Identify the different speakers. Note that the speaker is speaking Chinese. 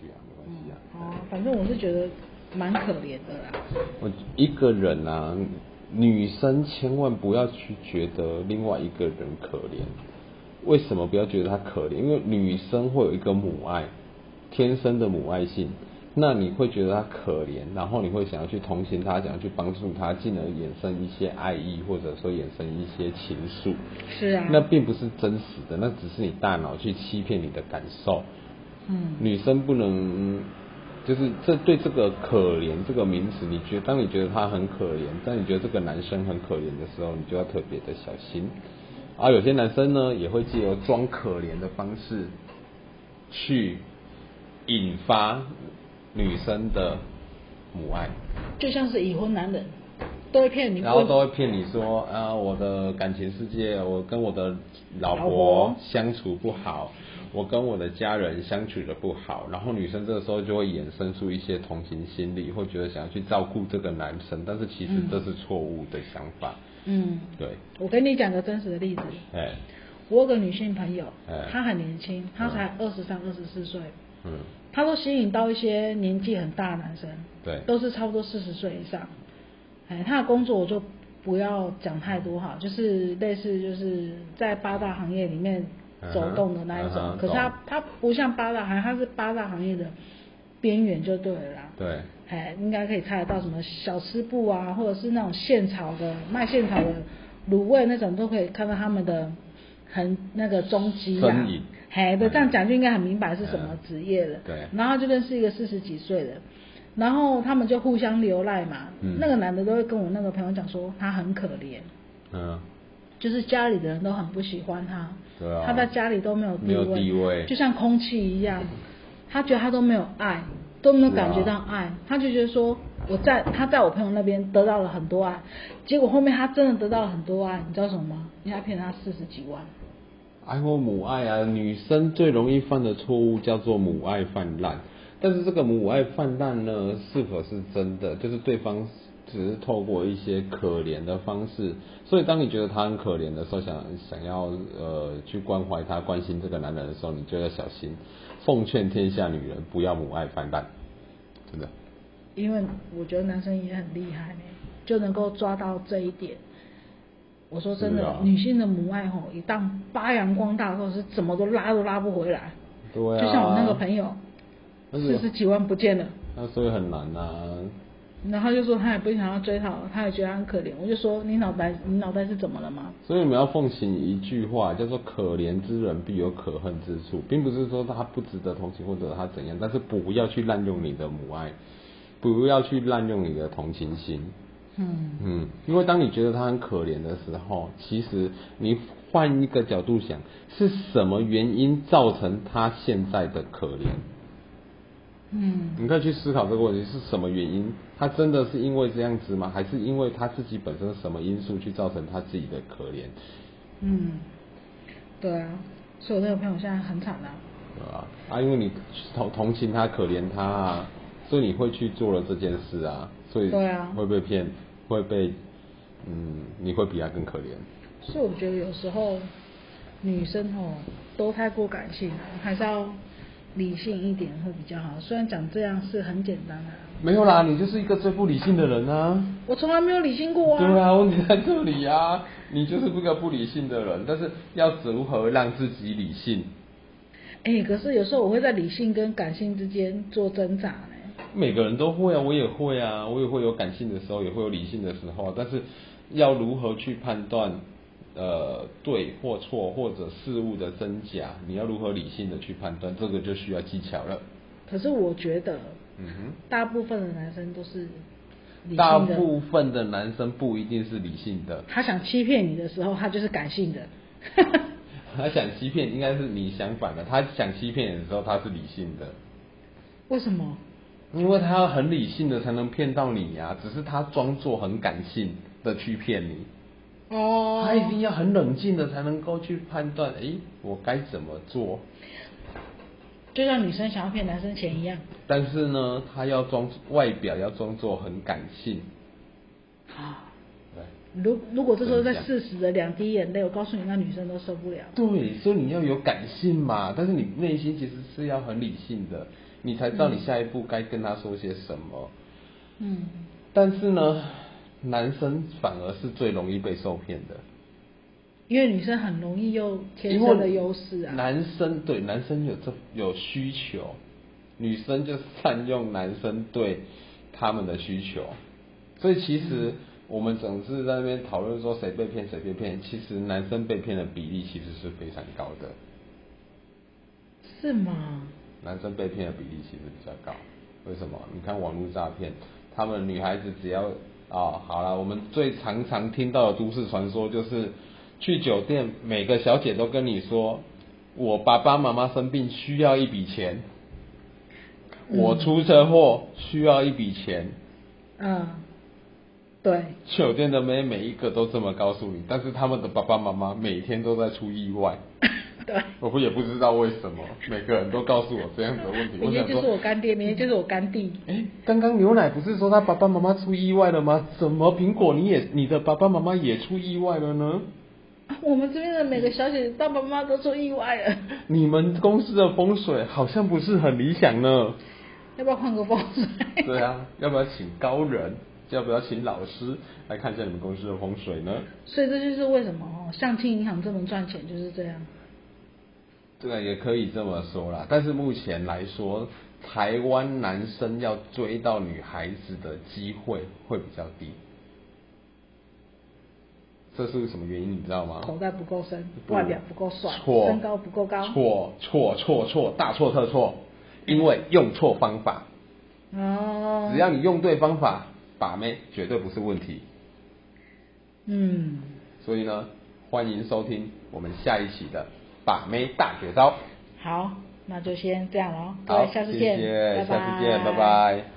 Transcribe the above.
Speaker 1: 去啊，没关系啊。
Speaker 2: 哦，反正我是觉得蛮可怜的啦。
Speaker 1: 我一个人啊，女生千万不要去觉得另外一个人可怜。为什么不要觉得她可怜？因为女生会有一个母爱，天生的母爱性。那你会觉得她可怜，然后你会想要去同情她，想要去帮助她，进而衍生一些爱意，或者说衍生一些情愫。
Speaker 2: 是啊，
Speaker 1: 那并不是真实的，那只是你大脑去欺骗你的感受。
Speaker 2: 嗯
Speaker 1: 女生不能，就是这对这个可怜这个名词，你觉当你觉得他很可怜，当你觉得这个男生很可怜的时候，你就要特别的小心。而有些男生呢，也会借由装可怜的方式，去引发女生的母爱，
Speaker 2: 就像是已婚男人都会骗你，
Speaker 1: 然后都会骗你说啊，我的感情世界，我跟我的老
Speaker 2: 老
Speaker 1: 婆
Speaker 2: 婆
Speaker 1: 相处不好，我跟我的家人相处的不好，然后女生这个时候就会衍生出一些同情心理，会觉得想要去照顾这个男生，但是其实这是错误的想法。
Speaker 2: 嗯，
Speaker 1: 对，
Speaker 2: 我跟你讲个真实的例子，
Speaker 1: 哎，
Speaker 2: 我有个女性朋友
Speaker 1: 哎，
Speaker 2: 她很年轻，她才二十三、二十四岁，
Speaker 1: 嗯，
Speaker 2: 她都吸引到一些年纪很大的男生，
Speaker 1: 对
Speaker 2: 都是差不多四十岁以上。哎，她的工作我就不要讲太多哈，就是类似就是在八大行业里面走动的那一种，
Speaker 1: 嗯哼嗯哼
Speaker 2: 可是她
Speaker 1: 懂
Speaker 2: 她不像八大行业，她是八大行业的边缘就对了啦。
Speaker 1: 对，
Speaker 2: 哎，应该可以猜得到什么小吃部啊，或者是那种现炒的卖现炒的卤味那种，都可以看到他们的很那个踪迹啊
Speaker 1: 身影。
Speaker 2: 哎，对，这样讲就应该很明白是什么
Speaker 1: 嗯
Speaker 2: 职业了。
Speaker 1: 对
Speaker 2: 然后就认识一个四十几岁的，然后他们就互相流赖嘛。
Speaker 1: 嗯
Speaker 2: 那个男的都会跟我那个朋友讲说，他很可怜，
Speaker 1: 嗯，
Speaker 2: 就是家里的人都很不喜欢他，
Speaker 1: 对啊
Speaker 2: 他在家里都没有
Speaker 1: 没有地位
Speaker 2: 就像空气一样，他觉得他都没有爱，都没有感觉到爱，
Speaker 1: 啊
Speaker 2: 他就觉得说我在他在我朋友那边得到了很多爱，结果后面他真的得到了很多爱，你知道什么吗？因为他骗了他四十几万，
Speaker 1: 爱或母爱啊，女生最容易犯的错误叫做母爱泛滥。但是这个母爱泛滥呢，是否是真的？就是对方只是透过一些可怜的方式，所以当你觉得他很可怜的时候，想想要呃去关怀他、关心这个男人的时候，你就要小心。奉劝天下女人不要母爱泛滥，真的。
Speaker 2: 因为我觉得男生也很厉害、就能够抓到这一点。我说真
Speaker 1: 是
Speaker 2: 的
Speaker 1: 啊，
Speaker 2: 女性的母爱吼，一旦发扬光大后，是怎么都拉都拉不回来。
Speaker 1: 对啊。
Speaker 2: 就像我那个朋友，
Speaker 1: 但
Speaker 2: 四
Speaker 1: 是
Speaker 2: 十几万不见了，
Speaker 1: 啊那所以很难啊。
Speaker 2: 然后他就说他也不想要追她，他也觉得她很可怜。我就说你脑袋你脑袋是怎么了吗？
Speaker 1: 所以我们要奉行一句话，叫做“可怜之人必有可恨之处”，并不是说他不值得同情或者他怎样，但是不要去滥用你的母爱，不要去滥用你的同情心。
Speaker 2: 嗯，
Speaker 1: 嗯，因为当你觉得他很可怜的时候，其实你换一个角度想，是什么原因造成他现在的可怜？
Speaker 2: 嗯，
Speaker 1: 你可以去思考这个问题是什么原因？他真的是因为这样子吗？还是因为他自己本身什么因素去造成他自己的可怜？
Speaker 2: 嗯，对啊，所以我那个朋友现在很惨啊。
Speaker 1: 对啊，啊，因为你同同情他、可怜他啊，所以你会去做了这件事啊，所以
Speaker 2: 对啊
Speaker 1: 会被骗，会被，嗯，你会比他更可怜。
Speaker 2: 所以我觉得有时候女生哦都太过感性了，还是要理性一点会比较好。虽然讲这样是很简单的、
Speaker 1: 没有啦，你就是一个最不理性的人啊。
Speaker 2: 我从来没有理性过
Speaker 1: 对啊，问题在这里啊，你就是一个不理性的人，但是要如何让自己理性？
Speaker 2: 哎、可是有时候我会在理性跟感性之间做挣扎呢。
Speaker 1: 每个人都会啊，我也会啊，我也会有感性的时候，也会有理性的时候啊，但是要如何去判断呃对或错，或者事物的真假，你要如何理性的去判断，这个就需要技巧了。
Speaker 2: 可是我觉得
Speaker 1: 嗯
Speaker 2: 大部分的男生都是理
Speaker 1: 哼，大
Speaker 2: 性的，
Speaker 1: 部分的男生不一定是理性的，
Speaker 2: 他想欺骗你的时候，他就是感性 的。
Speaker 1: 他想欺骗应该是你相反的，他想欺骗你的时候他是理性的。
Speaker 2: 为什么？
Speaker 1: 因为他要很理性的才能骗到你呀、只是他装作很感性的去骗你。
Speaker 2: 哦
Speaker 1: 他一定要很冷静的才能够去判断，诶，我该怎么做？
Speaker 2: 就像女生想要骗男生钱一样。
Speaker 1: 但是呢，他要装外表要装作很感性，
Speaker 2: 啊，
Speaker 1: 对，
Speaker 2: 如如果这时候再
Speaker 1: 怎么讲
Speaker 2: 适时的两滴眼泪，我告诉你，那女生都受不了。
Speaker 1: 对，所以你要有感性嘛，但是你内心其实是要很理性的，你才知道你下一步该跟他说些什么。
Speaker 2: 嗯，
Speaker 1: 但是呢，男生反而是最容易被受骗的，
Speaker 2: 因为女生很容易又天
Speaker 1: 因
Speaker 2: 生
Speaker 1: 为
Speaker 2: 的优势啊。
Speaker 1: 男生对男生有这有需求，女生就善用男生对他们的需求，所以其实我们总是在那边讨论说谁被骗谁被骗，其实男生被骗的比例其实是非常高的，
Speaker 2: 是吗？
Speaker 1: 男生被骗的比例其实比较高。为什么？你看网络诈骗，他们女孩子只要哦，好了，我们最常常听到的都市传说就是，去酒店每个小姐都跟你说，我爸爸妈妈生病需要一笔钱，我出车祸需要一笔钱。
Speaker 2: 嗯，对，
Speaker 1: 酒店的妹每一个都这么告诉你，但是他们的爸爸妈妈每天都在出意外。
Speaker 2: 对。
Speaker 1: 我也不知道为什么，每个人都告诉我这样子的问题。
Speaker 2: 明
Speaker 1: 我
Speaker 2: 天
Speaker 1: 想
Speaker 2: 就
Speaker 1: 说
Speaker 2: 是，我干爹，明天就是我干弟。
Speaker 1: 哎，刚刚牛奶不是说他爸爸妈妈出意外了吗？怎么苹果你也你的爸爸妈妈也出意外了呢？啊
Speaker 2: 我们这边的每个小姐爸爸妈妈都出意外了，
Speaker 1: 你们公司的风水好像不是很理想 呢。
Speaker 2: 要不要换个风水？
Speaker 1: 对啊，要不要请高人？要不要请老师来看一下你们公司的风水呢？
Speaker 2: 所以这就是为什么哦，相亲银行这么赚钱就是这样。
Speaker 1: 这个也可以这么说啦，但是目前来说，台湾男生要追到女孩子的机会会比较低。这是什么原因？你知道吗？
Speaker 2: 口袋不够深，外表不够帅，
Speaker 1: 啊嗯错，
Speaker 2: 身高不够高。
Speaker 1: 错错错错，大错特错，因为用错方法，
Speaker 2: 哦，
Speaker 1: 只要你用对方法，把妹绝对不是问题。
Speaker 2: 嗯，
Speaker 1: 所以呢，欢迎收听我们下一期的把妹大绝招。
Speaker 2: 好，那就先这样了哦，各
Speaker 1: 好，
Speaker 2: 位下次
Speaker 1: 谢
Speaker 2: 见，
Speaker 1: 谢
Speaker 2: 拜拜
Speaker 1: 下次见，拜拜。